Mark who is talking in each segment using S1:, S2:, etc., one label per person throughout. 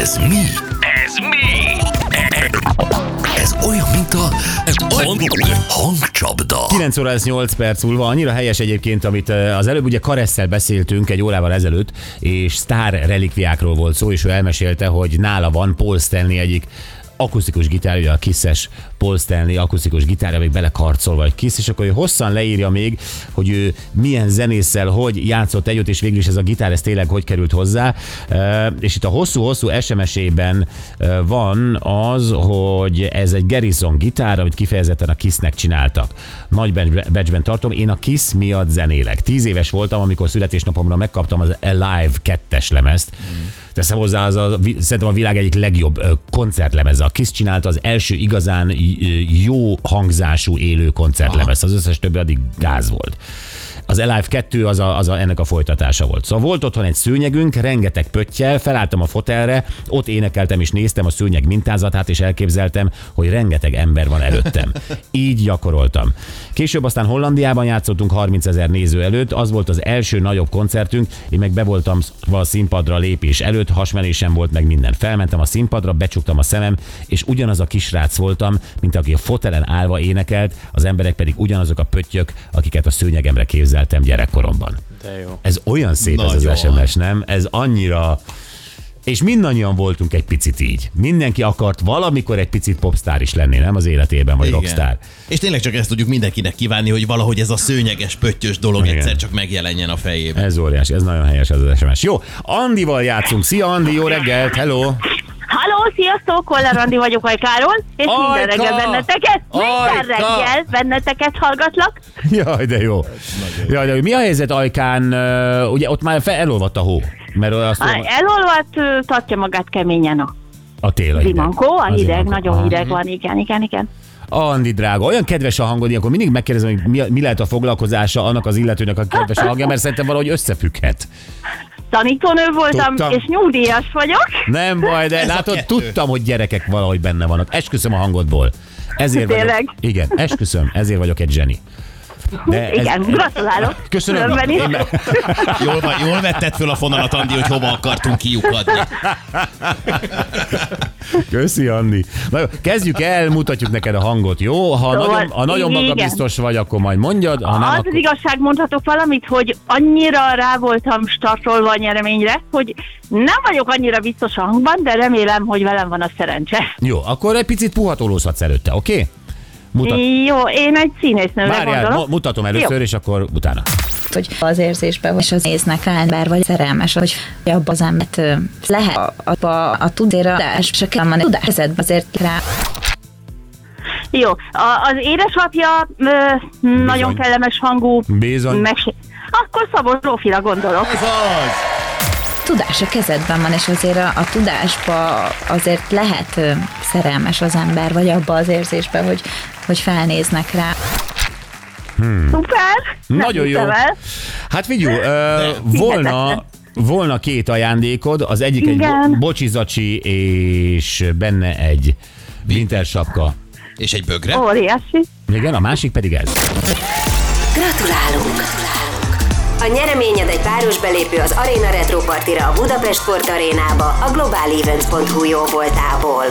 S1: Ez mi?
S2: Ez mi?
S1: Ez olyan, mint a hangcsapda.
S3: 9 óra lesz 8 perc múlva. Annyira helyes egyébként, amit eh, az előbb ugye Karesszel beszéltünk egy órával ezelőtt, és sztár relikviákról volt szó, és ő elmesélte, hogy nála van Paul Stanley egyik akusztikus gitárja, a kiszes Paul Stanley akusztikus gitárja, még belekarcol vagy kisz, és akkor ő hosszan leírja még, hogy ő milyen zenésszel, hogy játszott együtt, és végül is ez a gitár, ez tényleg hogy került hozzá. E, És itt a hosszú-hosszú SMS-ében e, van az, hogy ez egy Garrison gitár, amit kifejezetten a Kissnek csináltak. Nagy becsben tartom, én a Kiss miatt zenélek. Tíz éves voltam, amikor születésnapomra megkaptam az Alive 2-es lemezt. Teszem hozzá, az a, vi- szerintem a világ egyik legjobb ö, koncertlemeze. A Kiss csinálta az első igazán ö, jó hangzású élő koncertlemez. Az összes többi addig gáz volt. Az Alive 2 az, a, az a, ennek a folytatása volt. Szóval volt otthon egy szőnyegünk, rengeteg pöttyel, felálltam a fotelre, ott énekeltem és néztem a szőnyeg mintázatát, és elképzeltem, hogy rengeteg ember van előttem. Így gyakoroltam. Később aztán Hollandiában játszottunk 30 ezer néző előtt, az volt az első nagyobb koncertünk, én meg be voltam szokva a színpadra lépés előtt, hasmenésem volt meg minden. Felmentem a színpadra, becsuktam a szemem, és ugyanaz a kisrác voltam, mint aki a fotelen állva énekelt, az emberek pedig ugyanazok a pöttyök, akiket a szőnyegemre képzeltem gyerekkoromban.
S4: De jó.
S3: Ez olyan szép ez az
S1: Nagyon.
S3: SMS, nem? Ez annyira... És mindannyian voltunk egy picit így. Mindenki akart valamikor egy picit popstar is lenni, nem az életében, vagy Igen. rockstar.
S1: És tényleg csak ezt tudjuk mindenkinek kívánni, hogy valahogy ez a szőnyeges, pöttyös dolog
S3: Igen.
S1: Igen. egyszer csak megjelenjen a fejében.
S3: Ez óriási, ez nagyon helyes ez az SMS. Jó, Andival játszunk. Szia Andi, jó reggelt, hello!
S5: Halló, sziasztok, Koller Andi vagyok Ajkáról, és Ajka! minden
S3: Ajka!
S5: reggel benneteket, minden
S3: Ajka!
S5: reggel benneteket hallgatlak.
S3: Jaj, de jó. Jaj, de jó. Mi a helyzet Ajkán? Ö, Ugye ott már fel elolvadt a hó. Mert azt
S5: Ha
S3: mondom,
S5: Elolvadt, ö, tartja magát keményen a
S3: a tél a hideg.
S5: zimankó, a
S3: Az
S5: hideg,
S3: zimankó.
S5: nagyon
S3: Aha.
S5: hideg van, igen, igen, igen.
S3: Andi drága, olyan kedves a hangod, ilyenkor mindig megkérdezem, hogy mi, mi lehet a foglalkozása annak az illetőnek a kedves a hangja, mert szerintem valahogy összefügghet.
S5: Tanítónő voltam,
S3: Tudtam.
S5: és nyugdíjas vagyok.
S3: Nem baj, de
S1: Ez a
S3: látod,
S1: kettő.
S3: tudtam, hogy gyerekek valahogy benne vannak. Esküszöm a hangodból. Ezért
S5: Tényleg?
S3: vagyok. Igen, esküszöm, ezért vagyok egy zseni. De ez-
S5: igen, gratulálok.
S3: Köszönöm.
S5: Különben
S3: Én
S5: is.
S3: me-
S1: Jól, van, jól vetted föl a fonalat, Andi, hogy hova akartunk kiukadni.
S3: Köszi, Andi. Na jó, kezdjük el, mutatjuk neked a hangot, jó? Ha
S5: Szóval,
S3: nagyon, ha nagyon
S5: igen.
S3: magabiztos vagy, akkor majd mondjad, ha nem,
S5: Az
S3: akkor...
S5: az igazság, mondhatok valamit, hogy annyira rá voltam startolva a nyereményre, hogy nem vagyok annyira biztos a hangban, de remélem, hogy velem van a szerencse.
S3: Jó, akkor egy picit puhatolózhatsz előtte, oké? Okay? Mutat...
S5: Jó, én egy színésznőre
S3: Várjál, mu-
S5: gondolok.
S3: mutatom először, és akkor utána.
S6: hogy az érzésben, és az néznek rá ember, vagy szerelmes, hogy abba az embert ö, lehet a- abba a tudéra, de se kell menni tudászatba azért rá.
S5: Jó, a, az édesapja ö, nagyon kellemes hangú.
S3: Bizony.
S5: Mesé- Akkor Szabó Zsófira gondolok.
S1: Ez az!
S6: Tudás a kezedben van, és azért a, a tudásba azért lehet ö, szerelmes az ember, vagy abba az érzésben, hogy, hogy felnéznek rá.
S5: Szuper! nem
S3: Hm. Nagyon jó.
S5: hiszem el.
S3: Hát figyelj, ö, volna, volna két ajándékod, az egyik egy
S5: Igen.
S3: bo- bocsizacsi, és benne egy winter sapka.
S1: És egy
S3: E-
S1: bögre?
S5: Óriási.
S3: Igen, a másik pedig ez.
S7: Gratulálunk! A nyereményed egy páros belépő az Arena Retro Partira a Budapest Sport Arénába a globalevents.hu jó voltából.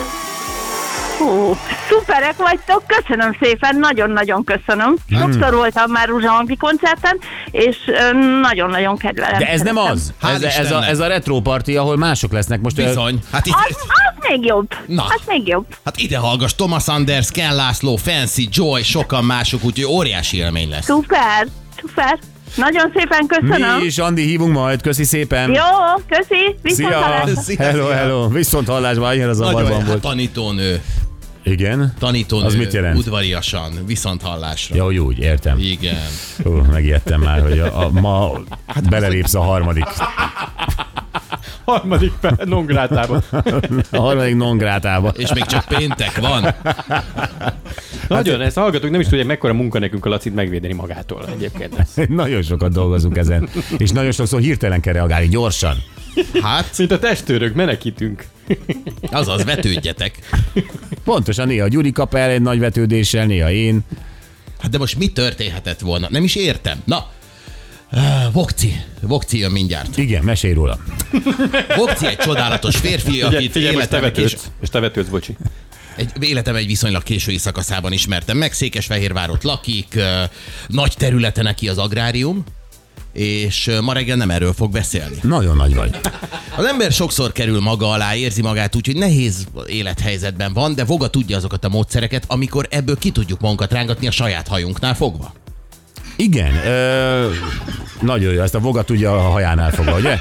S5: Hú, szuperek vagytok, köszönöm szépen, nagyon-nagyon köszönöm.
S3: Hm.
S5: Sokszor voltam már Ruzsa Hangi koncerten, és ö, nagyon-nagyon kedvelem.
S3: De ez nem
S5: Szeretem.
S3: az.
S1: Hál'
S3: Ez, ez, a,
S1: Istennek.
S3: ez a retro party, ahol mások lesznek most. ö,
S1: Bizony. Hát, itt,
S5: Az, az még jobb.
S1: Na.
S5: Az még jobb.
S1: hát ide hallgass, Thomas Anders, Ken László, Fancy, Joy, sokan mások, úgyhogy óriási élmény lesz.
S5: Szuper, szuper. Nagyon szépen köszönöm.
S3: Mi is, Andi, hívunk majd. Köszi szépen.
S5: Jó, köszi, viszont
S3: Szia!
S5: hallásra.
S1: Szia,
S3: Hello,
S1: szia.
S3: hello! Viszont hallásban annyira zavarban
S1: Nagyon Hát
S3: volt.
S1: tanítónő,
S3: Igen?
S1: tanítónő,
S3: Az mit jelent?
S1: udvariasan, viszont hallásra.
S3: Ja, úgy, értem.
S1: Igen.
S3: Ó, megijedtem már, hogy a, a, ma
S1: Hát,
S3: belelépsz a harmadik,
S4: Harmadik fel, nongrátába.
S3: a harmadik non-grátába.
S1: És még csak péntek van.
S4: Nagyon, ezt hallgatók nem is tudják, mekkora munka nekünk a Lacit megvédeni magától egyébként.
S3: Nagyon sokat dolgozunk ezen, és nagyon sokszor hirtelen kell reagálni, gyorsan.
S1: Hát,
S4: Mint a testőrök, menekítünk.
S1: azaz, vetődjetek.
S3: Pontosan néha Gyuri kap el egy nagy vetődéssel, néha én.
S1: Hát de most mi történhetett volna? Nem is értem. Na, Ö, Vokci. Vokci jön mindjárt.
S3: Igen, mesélj róla.
S1: Vokci egy csodálatos férfi,
S4: Figyelj,
S1: akit
S4: figyelj, most te
S1: életem, és
S4: vetődsz. És te vetődsz, bocsi.
S1: egy, életem egy viszonylag késői szakaszában ismertem meg. Székesfehérvárot lakik, ö, nagy területe neki az agrárium, és ö, ma reggel nem erről fog beszélni.
S3: Nagyon nagy vagy.
S1: Az ember sokszor kerül maga alá, érzi magát úgy, hogy nehéz élethelyzetben van, de Voga tudja azokat a módszereket, amikor ebből ki tudjuk magunkat rángatni a saját hajunknál fogva.
S3: Igen, ö, nagyon jó. Ezt a voga tudja a hajánál fogva, ugye?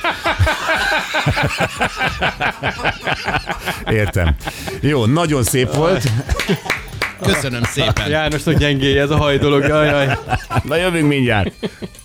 S3: Értem. Jó, nagyon szép volt.
S1: Köszönöm szépen!
S4: János, a gyengéje ez a haj dolog, jaj, jaj.
S3: Na jövünk mindjárt.